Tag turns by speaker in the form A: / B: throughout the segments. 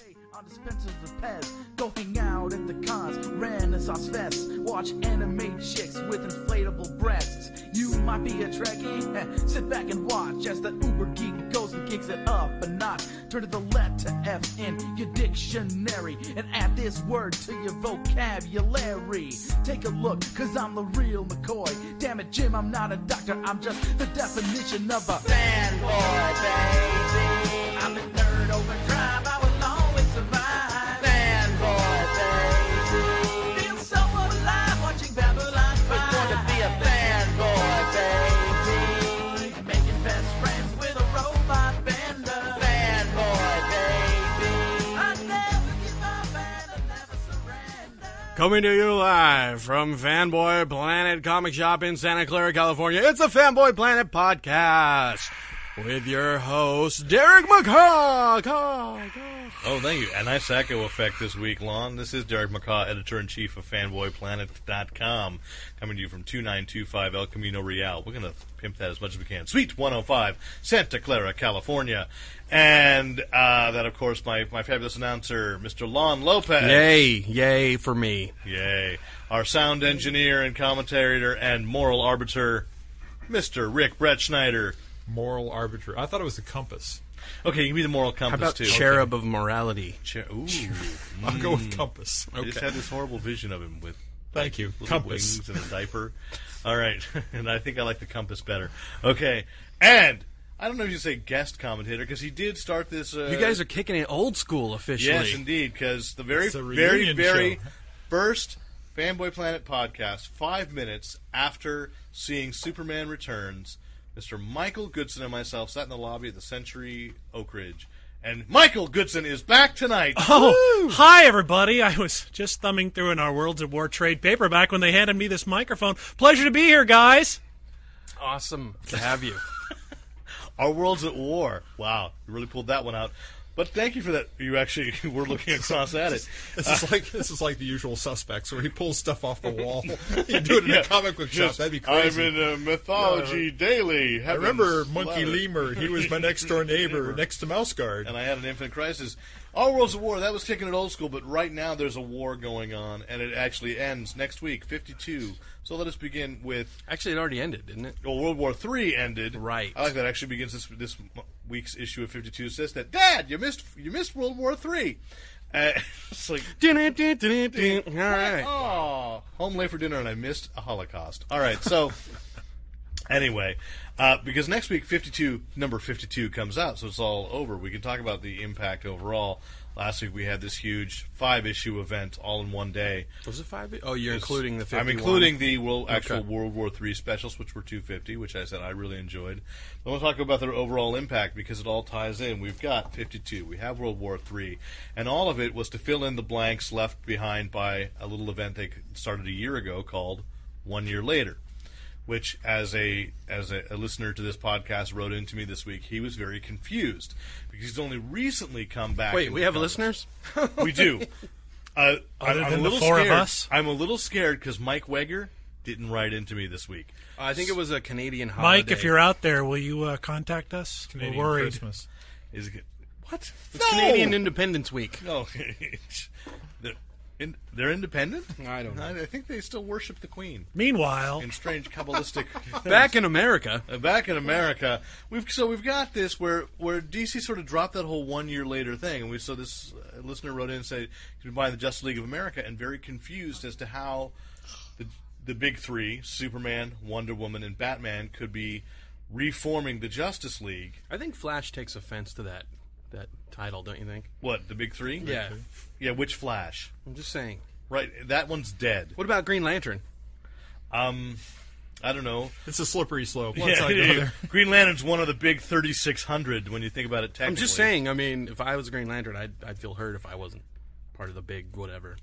A: Hey, on dispensers of Pez, go hang out at the cons, Renaissance Fest, watch anime chicks with inflatable breasts. You might be a Trekkie, heh, sit back and watch as the Uber geek goes and kicks it up a notch. Turn to the letter F in your dictionary and add this word to your vocabulary. Take a look, cause I'm the real McCoy. Damn it, Jim, I'm not a doctor, I'm just the definition of a fanboy, baby. I'm a nerd overdrive, I will always survive. Fanboy, baby. Feel so alive watching Babylon 5. It's going to be a fanboy, baby. Making best friends with a robot bender. Fanboy, baby. I never give up and I never surrender.
B: Coming to you live from Fanboy Planet Comic Shop in Santa Clara, California. It's the Fanboy Planet podcast with your host, Derek Oh, McCaw. Caw, caw.
C: Oh, thank you. And I Sacco Effect this week long. This is Derek McCaw, editor in chief of FanboyPlanet.com, coming to you from 2925 El Camino Real. We're going to pimp that as much as we can. Suite 105, Santa Clara, California. And uh, that, of course, my, my fabulous announcer, Mr. Lon Lopez.
B: Yay, yay for me.
C: Yay. Our sound engineer and commentator and moral arbiter, Mr. Rick Brett Schneider.
D: moral arbiter. I thought it was a compass.
C: Okay, you can be the moral compass,
B: How about
C: too.
B: Cherub of Morality?
C: Che- Ooh.
D: I'll
C: Mm.
D: go with compass.
C: I just had this horrible vision of him with
D: Thank you.
C: little
D: Compass.
C: wings and a diaper. All right, and I think I like the compass better. Okay, and I don't know if you say guest commentator because he did start this. Uh,
B: You guys are kicking it old school officially.
C: yes, indeed, because the very,
D: It's a
C: very,
D: reunion
C: very
D: show.
C: first Fanboy Planet podcast, five minutes after seeing Superman Returns, Mr. Michael Goodson and myself sat in the lobby at the Century Oak Ridge. And Michael Goodson is back tonight.
E: Oh, hi everybody! I was just thumbing through in our Worlds of War trade paperback when they handed me this microphone. Pleasure to be here, guys.
B: Awesome to have you.
C: Our world's at war. Wow, you really pulled that one out. But thank you for that. You actually were looking across at it.
D: This is like this is like the usual suspects where he pulls stuff off the wall. you do it in a comic book shop.
C: Yes,
D: That'd be crazy.
C: I'm in uh, mythology daily.
D: I remember
C: Heavens
D: Monkey
C: ladder.
D: Lemur. He was my next door neighbor, next to Mouse Guard.
C: and I had an infinite crisis. Our world's at war. That was kicking it old school, but right now there's a war going on, and it actually ends next week, 52. So let us begin with
B: Actually, it already ended, didn't it?
C: well, World War Three ended.
B: Right.
C: I like that. Actually, begins this this m- week's issue of 52 says that Dad, you missed you missed World War Three. Uh, it's like
B: All right.
C: Oh, home late for dinner, and I missed a Holocaust. All right, so anyway, uh, because next week, fifty-two number fifty-two comes out, so it's all over. We can talk about the impact overall. Last week we had this huge five-issue event all in one day.
B: Was it five? Oh, you're including the 51.
C: I'm including the world, actual
B: Okay.
C: World War III specials, which were 250, which I said I really enjoyed. I want to talk about their overall impact because it all ties in. We've got 52, we have World War III, and all of it was to fill in the blanks left behind by a little event they started a year ago called One Year Later. Which, as a as a, a listener to this podcast wrote into me this week, he was very confused because he's only recently come back.
B: Wait,
C: and
B: we have
C: become-
B: listeners?
C: we do. Uh,
E: Other
C: I'm, I'm
E: than
C: a
E: the
C: little
E: four of
C: scared.
E: us?
C: I'm a little scared because Mike Weger didn't write into me this week.
B: I think it was a Canadian holiday.
E: Mike, if you're out there, will you uh, contact us?
D: Canadian
E: We're worried.
D: Christmas.
C: Is it what?
B: It's Canadian Independence Week.
C: No, Oh, they're, in, they're independent.
B: I don't know.
C: I, I think they still worship the Queen
E: Meanwhile,
C: in strange kabbalistic.
B: Back in America,
C: Uh, back in America, we've so we've got this where where DC sort of dropped that whole one year later thing, and we saw this uh, listener wrote in and said he was buying the Justice League of America and very confused as to how the the big three Superman, Wonder Woman, and Batman could be reforming the Justice League.
B: I think Flash takes offense to that that title, don't you think?
C: What the big three?
B: Yeah,
C: yeah. Which Flash?
B: I'm just saying.
C: Right, that one's dead.
B: What about Green Lantern?
C: Um, I don't know.
D: It's a slippery slope. One
C: Yeah,
D: side or the other.
C: Green Lantern's one of the big 3600 when you think about it technically.
B: I'm just saying. I mean, if I was Green Lantern, I'd I'd feel hurt if I wasn't part of the big whatever.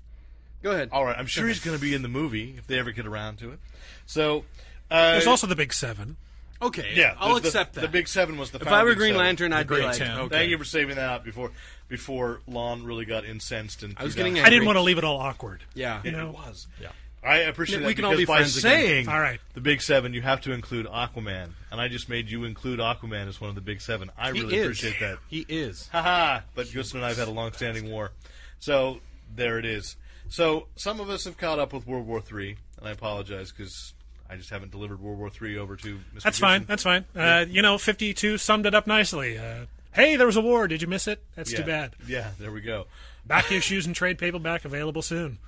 B: Go ahead.
C: All right, I'm sure he's going to be in the movie if they ever get around to it. So, uh,
E: there's also the Big Seven.
B: Okay.
C: yeah,
B: I'll
C: the-
B: accept
C: the,
B: that.
C: The Big Seven was the.
B: if I were
C: founding
B: Green
C: seven.
B: Lantern, I'd be
D: Great
B: like,
D: ten.
B: okay.
C: Thank you for saving that out before before Lon really got incensed and.
B: I was getting
E: I
B: Agreed.
E: didn't want to leave it all awkward.
B: Yeah.
C: It
E: know.
C: was.
D: Yeah.
C: I appreciate
B: We
C: that
B: can all
C: because
B: be
C: by
B: friends again.
C: saying
E: All right.
C: the Big Seven, you have to include Aquaman, and I just made you include Aquaman as one of the Big Seven. I
B: He
C: really
B: is.
C: appreciate that.
B: He is.
C: Haha. But Gusten and I have had a long-standing war, so there it is. So some of us have caught up with World War Three, and I apologize because I just haven't delivered World War Three over to Mr.
E: That's fine.
C: Gibson.
E: That's fine. Uh, you know, 52 summed it up nicely. Uh, hey, there was a war. Did you miss it? That's too
C: Yeah.
E: bad.
C: Yeah, there we go.
E: Back issues and trade paperback available soon.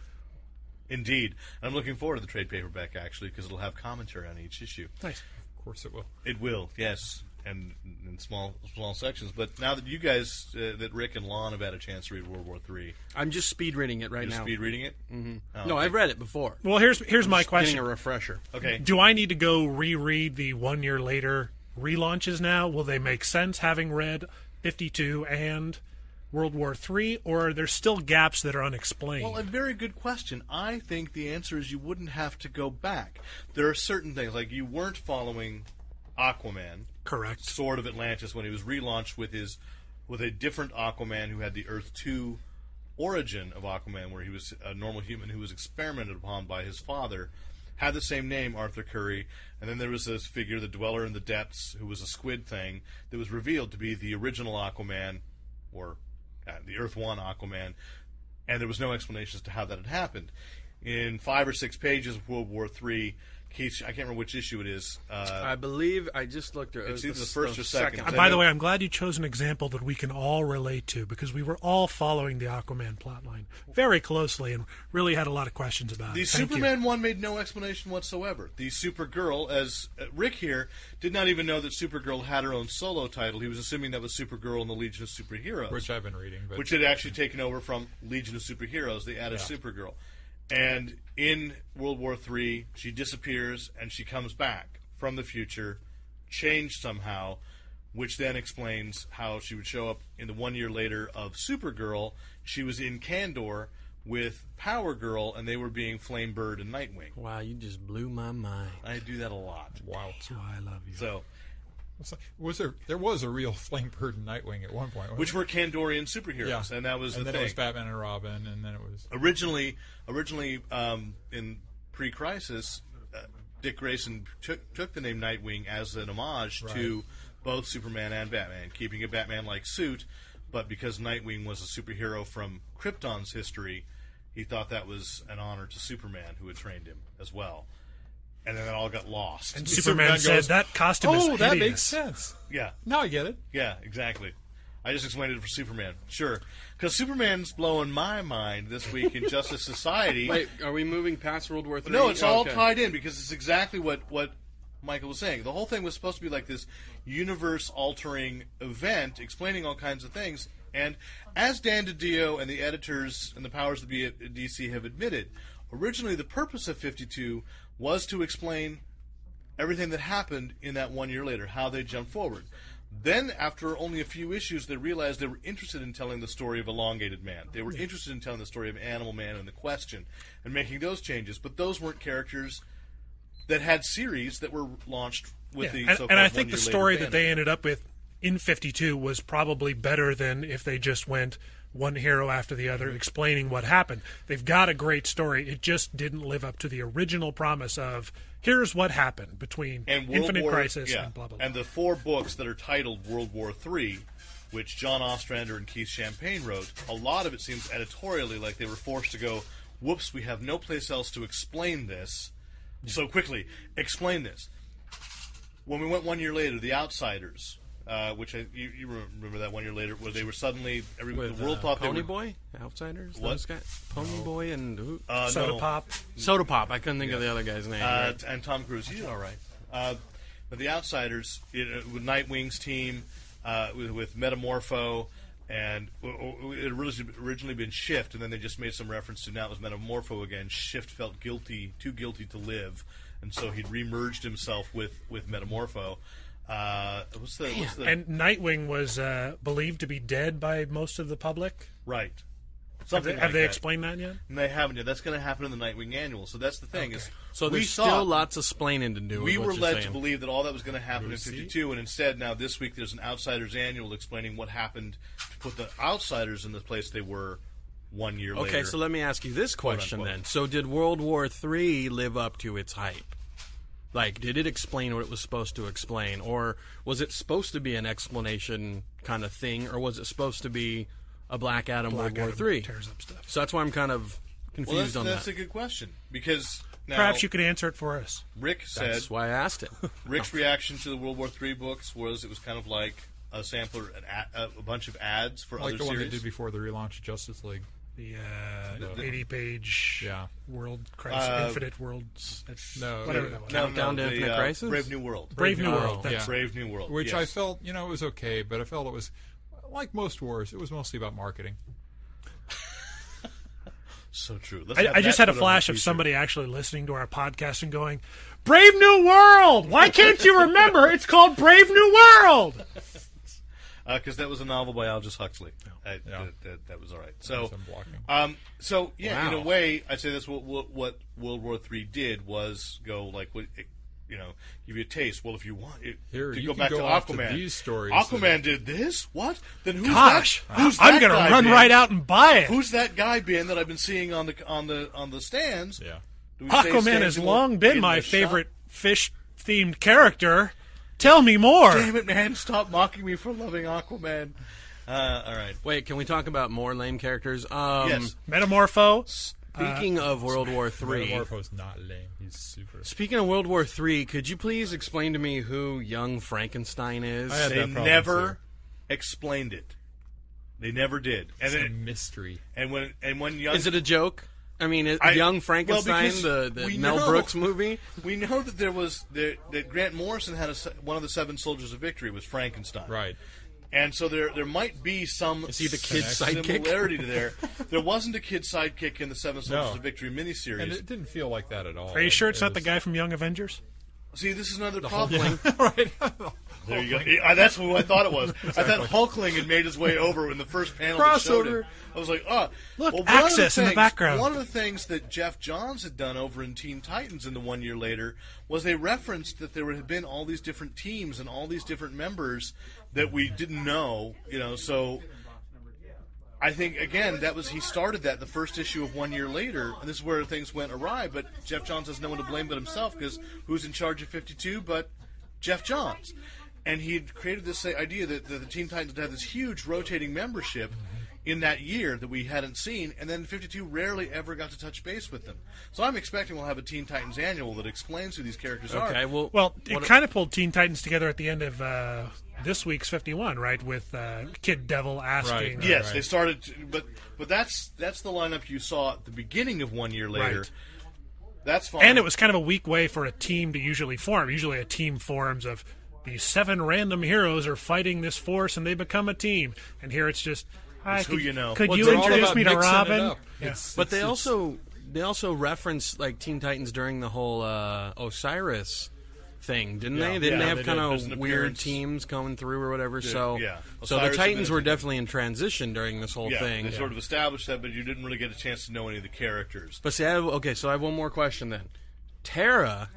C: Indeed, I'm looking forward to the trade paperback actually because it'll have commentary on each issue.
E: Nice.
D: Of course it will.
C: It will, yes, and in small small sections. But now that you guys, uh, that Rick and Lon have had a chance to read World War Three,
B: I'm just speed Oh, reading it right
C: you're
B: now.
C: speed reading it. Mm-hmm.
B: no, I've read it before.
E: Well, here's here's my
B: Getting
E: question.
B: a refresher.
C: Okay,
E: Do I need to go reread the one year later relaunches now? Will they make sense having read 52 and World War III, or are there still gaps that are unexplained?
C: Well, a very good question. I think the answer is you wouldn't have to go back. There are certain things like you weren't following Aquaman,
E: Correct.
C: Sword of Atlantis, when he was relaunched with his with a different Aquaman who had the Earth Two origin of Aquaman, where he was a normal human who was experimented upon by his father, had the same name Arthur Curry, and then there was this figure, the Dweller in the Depths, who was a squid thing that was revealed to be the original Aquaman, or uh, the Earth One Aquaman, and there was no explanation as to how that had happened. In five or six pages of World War Three, Keith, I can't remember which issue it is. Uh,
B: I believe I just looked through. it. It was
C: It's either the first or second.
E: Uh, By the way, I'm glad you chose an example that we can all relate to because we were all following the Aquaman plotline very closely and really had a lot of questions about
C: The
E: it. Thank you.
C: Superman one made no explanation whatsoever. The Supergirl, as uh, Rick here, did not even know that Supergirl had her own solo title. He was assuming that was Supergirl in the Legion of Superheroes,
D: Which I've been reading, but
C: which had actually taken over from Legion of Superheroes. They added Supergirl, and in World War Three, she disappears and she comes back from the future, changed somehow, which then explains how she would show up in the one year later of Supergirl. She was in Kandor. With Power Girl, and they were being Flamebird and Nightwing.
B: wow, you just blew my mind.
C: I do that a lot.
D: wow.
E: So I love you.
C: So,
D: It's like- Was there? There was a real Flamebird and Nightwing at one point. wasn't
C: which
D: there?
C: were Kandorian superheroes,
D: yeah,
C: and that was
D: and
C: the
D: then
C: thing.
D: it was Batman and Robin, and then it was
C: originally, originally um, in pre-crisis, uh, Dick Grayson took took the name Nightwing as an homage to both Superman and Batman, keeping a Batman-like suit, but because Nightwing was a superhero from Krypton's history, he thought that was an honor to Superman, who had trained him as well. And then it all got lost.
E: And
D: Superman
E: Superman, said
D: goes,
E: that costume is
D: Oh, that
E: hideous."
D: makes sense.
C: yeah,
D: Now I get it.
C: Yeah, exactly. I just explained it for Superman. Sure. Because Superman's blowing my mind this week in Justice Society.
B: Wait, are we moving past World War Three?
C: no, it's all
B: Okay.
C: tied in because it's exactly what, what Michael was saying. The whole thing was supposed to be like this universe altering event explaining all kinds of things. And as Dan DiDio and the editors and the powers that be at DC have admitted, originally the purpose of 52 was to explain everything that happened in that one year later, how they jumped forward. Then, after only a few issues, they realized they were interested in telling the story of Elongated Man. They were interested in telling the story of Animal Man and the Question and making those changes. But those weren't characters that had series that were launched with
E: Yeah,
C: the
E: and,
C: so-called
E: and I think the
C: one-year later
E: story
C: banner.
E: that they ended up with in 52 was probably better than if they just went one hero after the other explaining what happened. They've got a great story. It just didn't live up to the original promise of here's what happened between
C: and World
E: Infinite
C: War,
E: Crisis
C: yeah,
E: and blah blah blah.
C: the four books that are titled World War III, which John Ostrander and Keith Champagne wrote, a lot of it seems editorially like they were forced to go, "Whoops, we have no place else to explain this." So quickly, explain this. When we went one year later, The Outsiders, uh, which I, you, you remember that one year later, where they were suddenly every,
B: With,
C: the world
B: uh,
C: thought they
B: Pony
C: were
B: Boy, Outsiders,
C: What?
B: those guys, Pony Boy, and who?
C: uh,
E: Soda
C: no,
E: Pop.
B: Soda Pop. I couldn't think of the other guy's name.
C: uh,
B: right?
C: and Tom Cruise. He did all right. Uh, but the Outsiders, it, uh, with Nightwing's team, uh, with, with Metamorpho, and w- w- it had originally- originally been Shift, and then they just made some reference to now it was Metamorpho again. Shift felt guilty, too guilty to live, and so he'd remerged himself with with Metamorpho. Uh, what's the, what's the
E: and Nightwing was uh, believed to be dead by most of the public.
C: right?
E: Have
C: Something
E: they,
C: like
E: have they
C: that.
E: explained that yet?
C: And they haven't yet. That's going to happen in the Nightwing annual. So that's the thing is,
B: so
C: we
B: there's still
C: thought-
B: lots of splaining to do.
C: we
B: is what
C: were
B: you're
C: led to
B: saying.
C: believe that all that was going to happen in 52 and instead now this week there's an outsiders annual explaining what happened to put the outsiders in the place they were one year later.
B: Okay, so let me ask you this question
C: unquote.
B: then. So did World War III live up to its hype? Like, did it explain what it was supposed to explain, or was it supposed to be an explanation kind of thing, or was it supposed to be a Black Adam
E: Black
B: World
E: Adam
B: War III?
E: tears up stuff.
B: So that's why I'm kind of
C: well, that's,
B: confused on
C: that's
B: that.
C: a good question because now
E: Perhaps you could answer it for us.
C: Rick said
B: that's why I asked it.
C: Rick's reaction to the World War III books was it was kind of like a sampler, an ad, a bunch of ads for
D: like
C: other
D: the one they
C: series.
D: did before the relaunch of Justice League.
E: The uh, 80 page
D: Yeah.
E: world crisis,
C: Uh,
E: infinite worlds. It's-
D: No,
E: whatever
D: it-
E: that was.
C: no, no,
B: Countdown to
C: the,
B: Infinite
C: uh,
B: Crisis?
C: Brave New World.
E: Brave New
D: Oh,
E: World. That's
D: yeah.
C: Brave New World.
D: which I
C: yes.
D: felt, you know, it was okay, but I felt it was like most wars. It was mostly about marketing.
C: so true. Let's
E: I,
C: have
E: I just
C: that
E: had a
C: put on the
E: flash of
C: t-shirt.
E: somebody actually listening to our podcast and going, "Brave New World! Why can't you remember? It's called Brave New World."
C: because Uh, that was a novel by Aldous Huxley. I-
D: Yeah.
C: that, that, that was all right. So,
D: Some blocking.
C: um, so yeah, in
B: Wow.
C: a way, I'd say that's what what, what World War Three did was go like what. It, you know, give you a taste. Well, if you want, it,
D: Here,
C: to
D: you
C: go
D: can
C: back
D: go
C: to
D: off to
C: Aquaman.
D: these stories
C: Aquaman did this. What? Then who's
E: Gosh,
C: that? Who's
E: I'm
C: that
E: gonna
C: guy
E: run
C: been?
E: right out and buy it.
C: Who's that guy been that I've been seeing on the on the on the stands?
D: Yeah.
C: Do we say
E: Aquaman
C: stands
E: has
C: in-
E: long
C: in
E: been my
C: the shop?
E: favorite fish-themed character. Tell me more.
C: Damn it, man! Stop mocking me for loving Aquaman. Uh, all right.
B: Wait, can we talk about more lame characters? Um,
C: yes.
E: Metamorpho.
B: Speaking of World War III,
D: Metamorpho's not lame. He's super.
B: speaking of World War III, could you please explain to me who young Frankenstein is?
D: I had
C: They
D: that problem,
C: never explained it. They never did. And
D: It's a
C: then,
D: mystery.
C: and when and when young
B: Is it a joke? I mean, is
C: Uh, I-
B: Young
C: well,
B: Frankenstein,
C: because
B: the, the
C: we
B: Mel
C: know.
B: Brooks movie?
C: we know that there was there, that Grant Morrison had a, se- one of the seven soldiers of victory was Frankenstein.
D: Right.
C: And so there there might be some
B: Is he the kid's sidekick?
C: similarity to there. There wasn't a kid sidekick in the Seven Soldiers
D: No.
C: of Victory miniseries.
D: And it didn't feel like that at all.
E: Are you sure it's
D: It
E: not the
D: was-
E: guy from Young Avengers?
C: See, this is another problem.
D: right.
C: There you go. Yeah, that's who I thought it was. I thought Hulkling had made his way over in the first panel. that showed
D: Crossover.
C: it. I was like, oh,
E: Look,
C: well, one of the
E: Axis in the
C: things-
E: background.
C: One of the things that Jeff Johns had done over in Teen Titans in the one year later was they referenced that there had been all these different teams and all these different members that we didn't know. You know, so. I think again that was he started that the first issue of one year later, and this is where things went awry. But Jeff Johns has no one to blame but himself because who's in charge of 52 but Jeff Johns? And he had created this idea that, that the Teen Titans had this huge rotating membership in that year that we hadn't seen, and then 52 rarely ever got to touch base with them. So I'm expecting we'll have a Teen Titans annual that explains who these characters are.
B: Okay, well,
E: Well, it
B: what-
E: kind of pulled Teen Titans together at the end of uh, this week's 51, right? With uh, Kid Devil asking.
D: right.
C: Yes, they started, to, but but that's that's the lineup you saw at the beginning of one year later.
E: Right.
C: That's fine.
E: And it was kind of a weak way for a team to usually form. Usually a team forms of these seven random heroes are fighting this force and they become a team. And here it's just, I
C: It's who you know.
E: Could
D: Well,
E: you
D: they're all
E: introduce
D: about
E: me to
D: mixing it
E: Robin?
D: up.
E: Yeah.
D: It's-
B: but they
D: it's-
B: also they also referenced like Teen Titans during the whole uh, Osiris thing, didn't they? Didn't
C: Yeah,
B: they have
C: they did.
B: kind
C: There's an
B: of weird
C: appearance.
B: teams going through or whatever? so
C: yeah.
B: so the
C: Osiris
B: Titans were
C: admitted it.
B: definitely in transition during this whole
C: yeah,
B: thing.
C: They sort of established that, but you didn't really get a chance to know any of the characters.
B: But see, I have, okay, so I have one more question then. Tara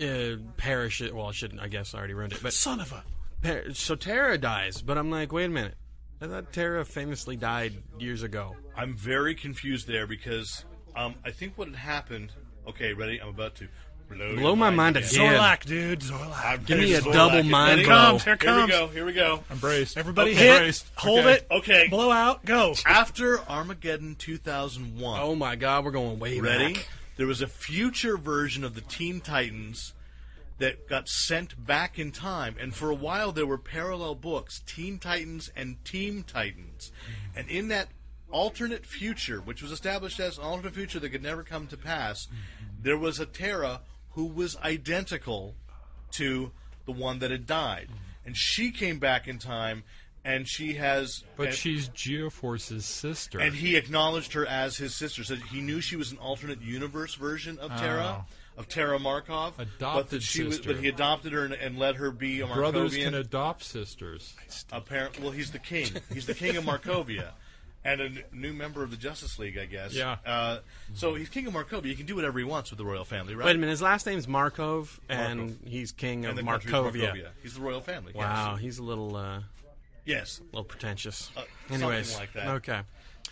B: uh, perishes. Well, I shouldn't. I guess I already ruined it. But
E: Son of a.
B: Per- so Tara dies, but I'm like, wait a minute. I thought Tara famously died years ago.
C: I'm very confused there because um, I think what had happened. Okay, ready? I'm about to blow,
B: Blow
C: your
B: my mind
C: again.
B: again.
E: Zorlak, dude. Zorlak.
C: I'm
B: Give me
C: getting
B: a
C: Zorlak.
B: double
C: Ready?
B: mind
C: Here
B: blow.
E: Here
C: we
E: comes.
C: go. Here we go.
D: Braced.
E: Everybody
D: Okay.
E: hit.
D: Braced.
E: Hold
D: Okay.
E: it.
C: Okay.
E: Blow out. Go.
C: After Armageddon 2001.
B: Oh my God, we're going way
C: Ready?
B: back.
C: There was a future version of the Teen Titans that got sent back in time, and for a while there were parallel books, Teen Titans and Team Titans. And in that alternate future, which was established as an alternate future that could never come to pass, there was a Terra who was identical to the one that had died. And she came back in time and she has
D: But
C: and-
D: she's Geoforce's sister.
C: and he acknowledged her as his sister. Said he knew she was an alternate universe version of Tara, of Tara Markov. but that
D: Oh. Adopted
C: she was-
D: sister.
C: but he adopted her and, and let her be a
D: Brothers can
C: Markovian.
D: adopt sisters.
C: Apparent. Well, he's the king. He's the king of Markovia. And a n- new member of the Justice League, I guess.
D: Yeah.
C: Uh, so he's king of Markovia. He can do whatever he wants with the royal family, right?
B: Wait a minute. His last name's Markov, and
C: Markov.
B: he's king
C: And
B: of
C: the country is
B: Markovia.
C: Markovia. He's the royal family.
B: Wow, he's a little, uh,
C: Yes. yes.
B: little pretentious.
C: something
B: Anyways,
C: like that.
B: okay.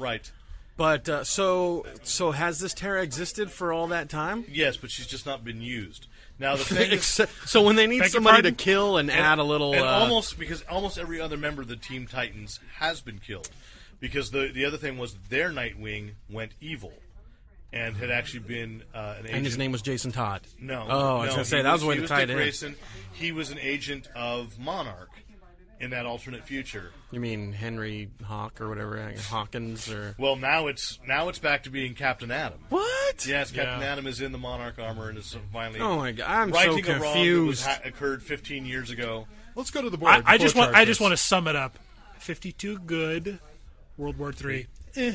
C: Right.
B: But uh, so so has this Terra existed for all that time?
C: Yes, but she's just not been used. Now the thing is,
B: Except, so when they need
E: Beg your
B: somebody to
E: pardon?
B: kill and, add a little,
C: and
B: uh,
C: almost because almost every other member of the Team Titans has been killed, because the the other thing was their Nightwing went evil, and had actually been uh, an agent.
B: and his name was Jason Todd.
C: No.
B: Oh, I was
C: no,
B: gonna
C: he
B: say that was,
C: he
B: when the tight
C: Dick
B: end.
C: Grayson. He was an agent of Monarch in that alternate future.
B: You mean Henry Hawk or whatever Hawkins or
C: Well, now it's now it's back to being Captain Adam.
B: what?
C: Yes, Captain
D: Yeah.
C: Adam is in the Monarch armor and is finally
B: Oh my God, I'm so
C: righting a wrong that was
B: confused.
C: ha- occurred 15 years ago.
D: Let's go to the board.
E: I, I just
D: before
E: want I
D: charges.
E: just want to sum it up. Fifty two good, World War Three.
C: Eh,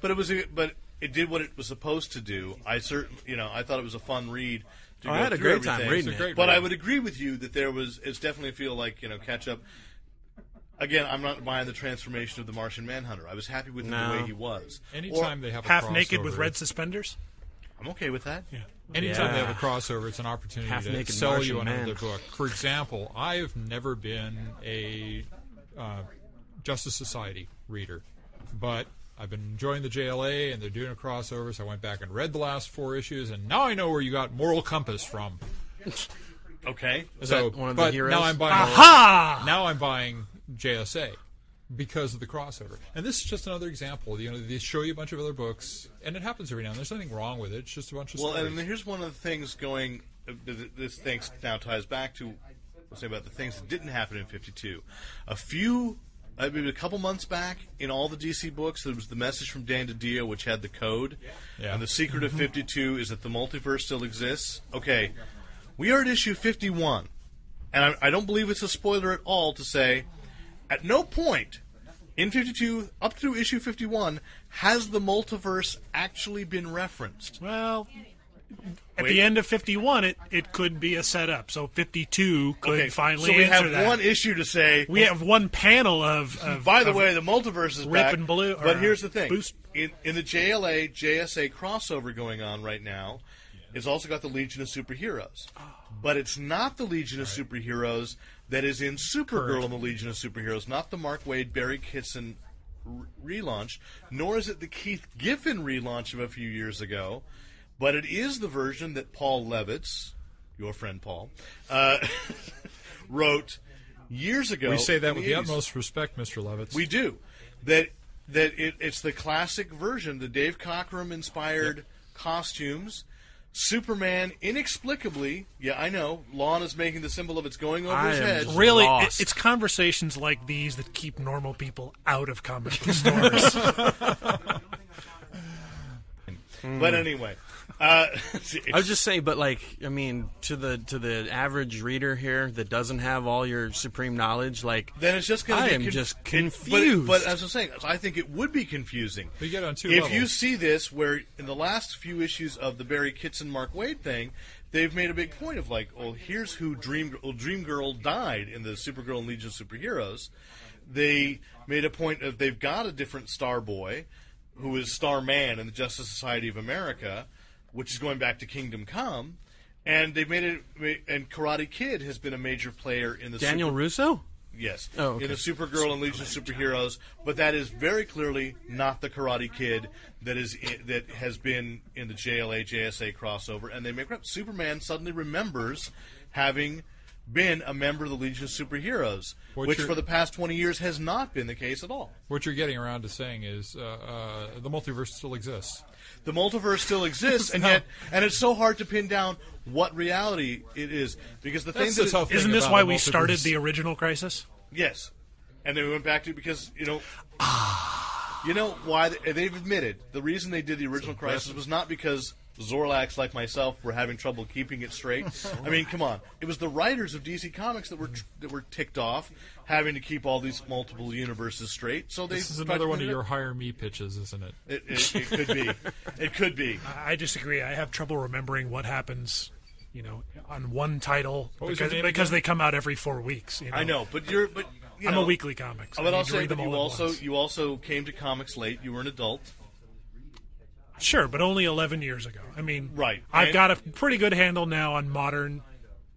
C: but it was a, but it did what it was supposed to do. I certain you know I thought it was a fun read. To
B: Oh, I
C: go
B: had a
C: through
B: great time
C: everything.
B: reading It's a it.
D: great
C: But
D: read.
C: I would agree with you that there was it's definitely feel like you know catch up. Again, I'm not buying the transformation of the Martian Manhunter. I was happy with him
B: No.
C: the way he was.
D: Anytime
C: Or-
D: they have a
E: Half naked with
D: crossover,
E: red suspenders.
C: I'm okay with that. Yeah.
D: Anytime they have
B: Yeah.
D: a crossover, it's an opportunity
B: Half-naked
D: to sell you
B: Martian
D: another
B: Man.
D: book. For example, I've never been a uh, Justice Society reader, but I've been enjoying the JLA and they're doing a crossover, so I went back and read the last four issues, and now I know where you got Moral Compass from.
C: Okay.
B: Is
D: so,
B: that one of the
D: but
B: heroes?
D: now I'm buying.
E: Aha!
D: Now I'm buying JSA because of the crossover. And this is just another example. You know, they show you a bunch of other books, and it happens every now and then. There's nothing wrong with it. It's just a bunch of
C: Well,
D: stories.
C: and here's one of the things going. uh, th- th- This thanks now ties back to let's say about the things that didn't happen in '52. A few, I mean, a couple months back in all the DC books, there was the message from Dan DiDio, which had the code,
D: Yeah.
C: and the secret of '52 is that the multiverse still exists. Okay, we are at issue 51, and I, I don't believe it's a spoiler at all to say, at no point. In 52, up to issue 51, has the multiverse actually been referenced?
E: Well, at
C: Wait.
E: the end of 51, it, it could be a setup. So 52 could finally
C: so we
E: answer
C: have
E: that.
C: one issue to say.
E: we have one panel of. of
C: by the
E: of-
C: way, the multiverse is
E: Rip
C: back,
E: and Blue- or,
C: but here's the thing:
E: Boost.
C: in in the JLA JSA crossover going on right now, it's also got the Legion of Superheroes, but it's not the Legion of Superheroes that is in Supergirl and the Legion of Superheroes, not the Mark Wade Barry Kitson r- relaunch, nor is it the Keith Giffen relaunch of a few years ago, but it is the version that Paul Levitz, your friend Paul, uh, wrote years ago.
D: We say that
C: in
D: with the
C: 80s.
D: utmost respect, Mr. Levitz.
C: We do that. That it, it's the classic version, the Dave Cockrum inspired costumes. Superman inexplicably, yeah, I know. Lon is making the symbol of it's going over
B: I
C: his
B: am
C: head.
B: just-
E: Really, it-
B: Lost.
E: it's conversations like these that keep normal people out of comic book stores.
C: But
B: Mm.
C: anyway, uh,
B: I was just saying, but like, I mean, to the to the average reader here that doesn't have all your supreme knowledge, like,
C: then it's just going
B: I
C: to.
B: am just
C: But,
B: confused.
C: but as I'm saying, I think it would be confusing.
D: We get on two
C: If
D: levels.
C: you see this, where in the last few issues of the Barry Kitson Mark Wade thing, they've made a big point of like, well, here's who Dream well, Dream Girl died in the Supergirl and Legion of Superheroes. They made a point of they've got a different Star Boy, who is Starman in the Justice Society of America, which is going back to Kingdom Come. And they've made it, and Karate Kid has been a major player in the
B: Daniel Russo.
C: Yes.
B: Oh, okay.
C: In the Supergirl and Legion of Superheroes, but that is very clearly not the Karate Kid that is i that has been in the JLA JSA crossover, and they make up Superman suddenly remembers having been a member of the Legion of Superheroes,
D: What
C: which
D: you're-
C: for the past twenty years has not been the case at all.
D: what you're getting around to saying is uh, uh, the multiverse still exists.
C: The multiverse still exists, and yet, and it's so hard to pin down what reality it is because the
D: That's
C: thing
D: the
C: that
D: tough
C: it-
D: thing
E: Isn't this
D: about
E: why
D: the
E: we started
D: multiverse.
E: the original crisis?
C: Yes, and they went back to because you know, you know why they, they've admitted the reason they did the original Crisis was not because Zorlax like myself were having trouble keeping it straight. I mean, come on, it was the writers of DC Comics that were tr- that were ticked off having to keep all these multiple universes straight. So they
D: This is
C: tried
D: another
C: to
D: one of
C: clean
D: your
C: It, up.
D: hire me pitches, isn't it?
C: it, it, it could be. It could be.
E: I disagree. I have trouble remembering what happens, you know, on one title
D: was your
E: because,
D: name
E: because
D: again?
E: they come out every four weeks. You know?
C: I know, but you're but. You
E: I'm
C: know,
E: a weekly comics.
C: But
E: I
C: I'll
E: need to
C: say
E: read
C: that
E: them all
C: you
E: at
C: also
E: once.
C: you also came to comics late. You were an adult.
E: sure, but only 11 years ago. I mean,
C: Right.
E: I've
C: And-
E: got a pretty good handle now on modern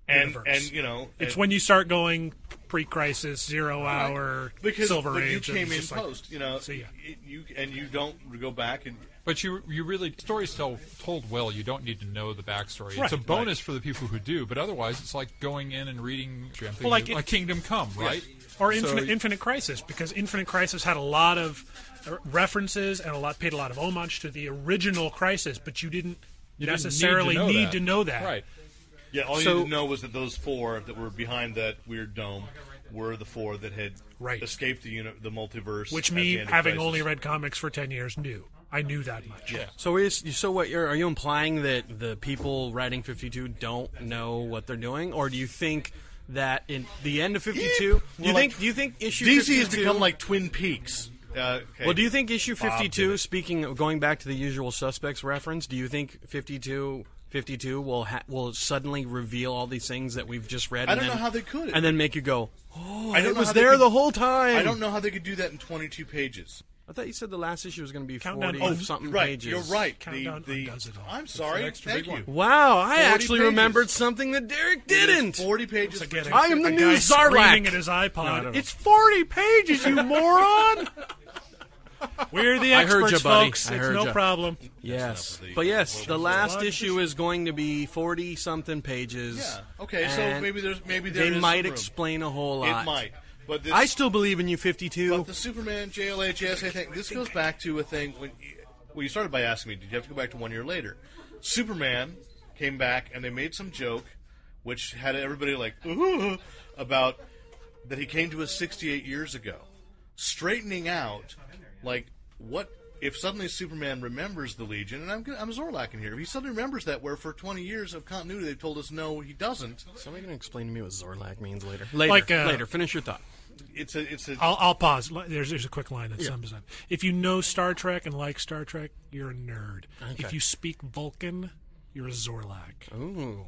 C: And
E: universe.
C: and you know
E: it's
C: and-
E: when you start going pre-crisis, zero hour,
C: because
E: silver
C: when
E: age.
C: you
E: it
C: came
E: was
C: in
E: just like-
C: post, you know,
E: so, yeah.
C: it- you and you don't go back and
D: But you you really stories tell told well. You don't need to know the backstory.
E: Right,
D: it's a bonus for the people who do. But otherwise, it's like going in and reading. I'm thinking
E: like
D: of-
E: it-
D: like Kingdom Come, right?
E: or
D: So
E: Infinite,
D: you-
E: Infinite Crisis because Infinite Crisis had a lot of uh, references and a lot paid a lot of homage to the original Crisis, but you didn't
D: you didn't
E: necessarily need, to, know
D: that.
E: that.
D: right?
C: yeah, all you
B: So-
C: need to know was that those four that were behind that weird dome were the four that had
E: Right.
C: escaped the uni- the multiverse.
E: Which
C: at
E: me,
C: the end of
E: having
C: Crisis.
E: only read comics for ten years, knew. I knew that much.
D: Yeah.
B: So is so what you're are you implying that the people writing 52 don't know what they're doing or do you think that in the end of 52 you
C: We're
B: think
C: like-
B: do you think issue
C: DC has
B: 52
C: become like Twin Peaks. Uh, okay.
B: Well, do you think issue
C: Bob did
B: 52
C: it.
B: speaking of going back to the usual suspects reference, do you think 52 52 will ha- will suddenly reveal all these things that we've just read
C: I
B: and
C: don't
B: then-
C: know how they could.
B: and then make you go, "Oh,
C: I don't
B: it
C: know
B: was
C: how they
B: there
C: could-
B: the whole time."
C: I don't know how they could do that in 22 pages.
B: I thought you said the last issue was going to be
E: Countdown
B: 40
E: Oh,
B: something
C: right,
B: pages.
C: you're right.
E: Countdown
C: the, the,
E: undoes it all.
C: I'm
D: an
C: sorry.
D: extra
C: Thank
D: big
C: you.
B: Wow, I
C: 40
B: actually
C: pages.
B: remembered something that Derek didn't.
C: 40 pages.
E: So
C: for
E: get
C: two-
E: it.
B: I am the
E: A
B: new
E: guy
B: Zarlak.
E: Screaming at his iPod.
B: don't know.
E: it's
B: 40 pages, you moron.
E: We're the
B: I heard
E: experts,
B: ya, buddy.
E: folks.
B: I
E: it's
B: heard
E: no
B: ya.
E: problem.
B: yes.
C: the-
B: But yes,
C: what
B: the
C: was
B: last
E: the-
B: issue is going to be 40 something pages.
C: Yeah. Okay, so
B: and
C: maybe there's- maybe there
B: They
C: is
B: might
C: room.
B: explain a whole lot.
C: It might. But this,
B: I still believe in you 52.
C: But the Superman JLA JSA thing. This goes back to a thing when you, well, you started by asking me, did you have to go back to one year later? Superman came back and they made some joke, which had everybody like ooh about that he came to us 68 years ago, straightening out like what. If suddenly Superman remembers the Legion, and I'm gonna- I'm Zorlak in here, if he suddenly remembers that, where for 20 years of continuity they've told us no, he doesn't.
B: Somebody can explain to me what Zorlak means later. Later,
E: Like, uh,
B: later. Finish your thought.
C: It's a it's a
E: I'll, I'll pause. Li- There's, there's a quick line that sums it up. If you know Star Trek and like Star Trek, you're a nerd. If you speak Vulcan, you're a Zorlak.
B: Ooh. Oh,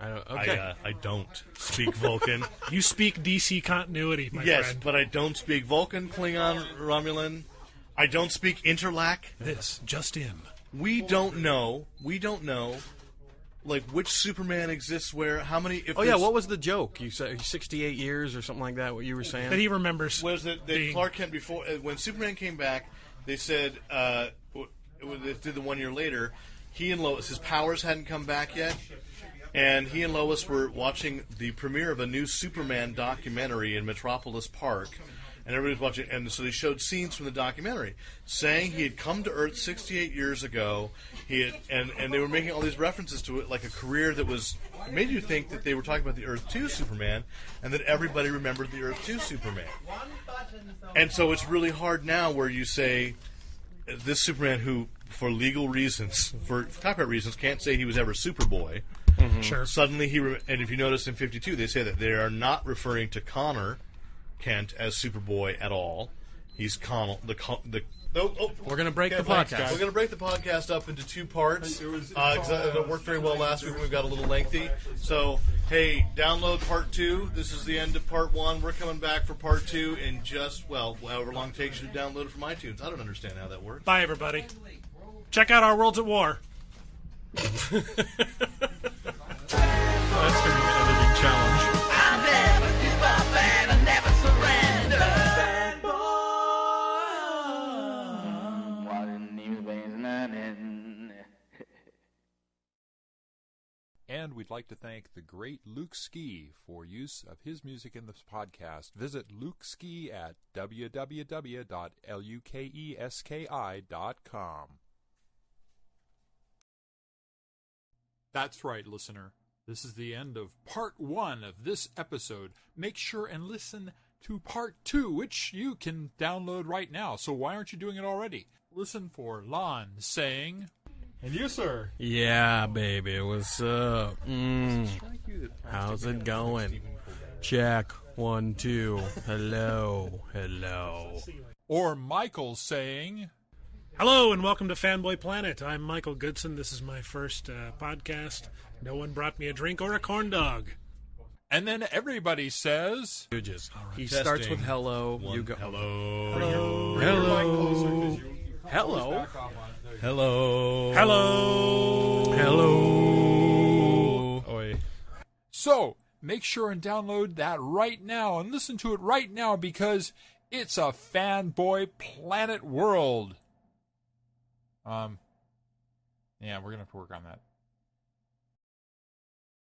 B: I don't,
C: I,
B: okay.
C: uh, I don't speak Vulcan.
E: You speak DC continuity, my
C: Yes,
E: friend.
C: but I don't speak Vulcan, Klingon, Romulan. I don't speak Interlac.
E: This just in.
C: We don't know. We don't know, like which Superman exists where. How many? If
B: oh, yeah,
C: there's-
B: what was the joke? You said 68 years or something like that, what you were saying?
E: That he remembers.
C: was it? That
E: being-
C: Clark Kent before uh, when Superman came back, they said uh, w- w- they did the one year later. He and Lois, his powers hadn't come back yet, and he and Lois were watching the premiere of a new Superman documentary in Metropolis Park, and everybody was watching. And so they showed scenes from the documentary saying he had come to Earth 68 years ago. He had, and and they were making all these references to it, like a career that was made you think that they were talking about the Earth 2 Superman, and that everybody remembered the Earth 2 Superman. And so it's really hard now where you say this Superman who, for legal reasons, for copyright reasons, can't say he was ever Superboy.
B: Mm-hmm.
E: Sure.
C: Suddenly he, re- and if you notice in 52, they say that they are not referring to Connor Kent as Superboy at all. He's Connell, the, Con- the Oh, oh.
B: We're gonna break
C: Okay,
B: the podcast.
C: We're going to break the podcast up into two parts.
D: It was-
C: Uh, 'cause it worked very well last week. We got a little lengthy. So, hey, download part two. This is the end of part one. We're coming back for part two in just, well, however long it takes you to download it from iTunes. I don't understand how that works.
E: Bye, everybody. Check out our Worlds at War.
D: That's going to be an editing challenge.
A: I'm there, it's my band, I never surrender. Bad boy.
F: Wasn't even paying attention.
G: And we'd like to thank the great Luke Ski for use of his music in this podcast. Visit Luke Ski at
D: e
G: www.lukeski.com.
D: That's right, listener. This is the end of part one of this episode. Make sure and listen to part two, which you can download right now. So why aren't you doing it already? Listen for Lon saying, And you, sir.
B: Yeah, baby, what's up? Mm, how's it going? Check. One, two. Hello. Hello.
D: Or Michael saying,
E: Hello and welcome to Fanboy Planet. I'm Michael Goodson. This is my first uh, podcast. No one brought me a drink or a corn dog.
D: and then everybody says,
B: Stooges. He starts with hello. You go.
C: Hello.
B: Hello. Hello.
C: Hello.
E: Hello.
B: Hello.
D: So Make sure and download that right now and listen to it right now because it's a fanboy planet world. Um, yeah, we're gonna have to work on that.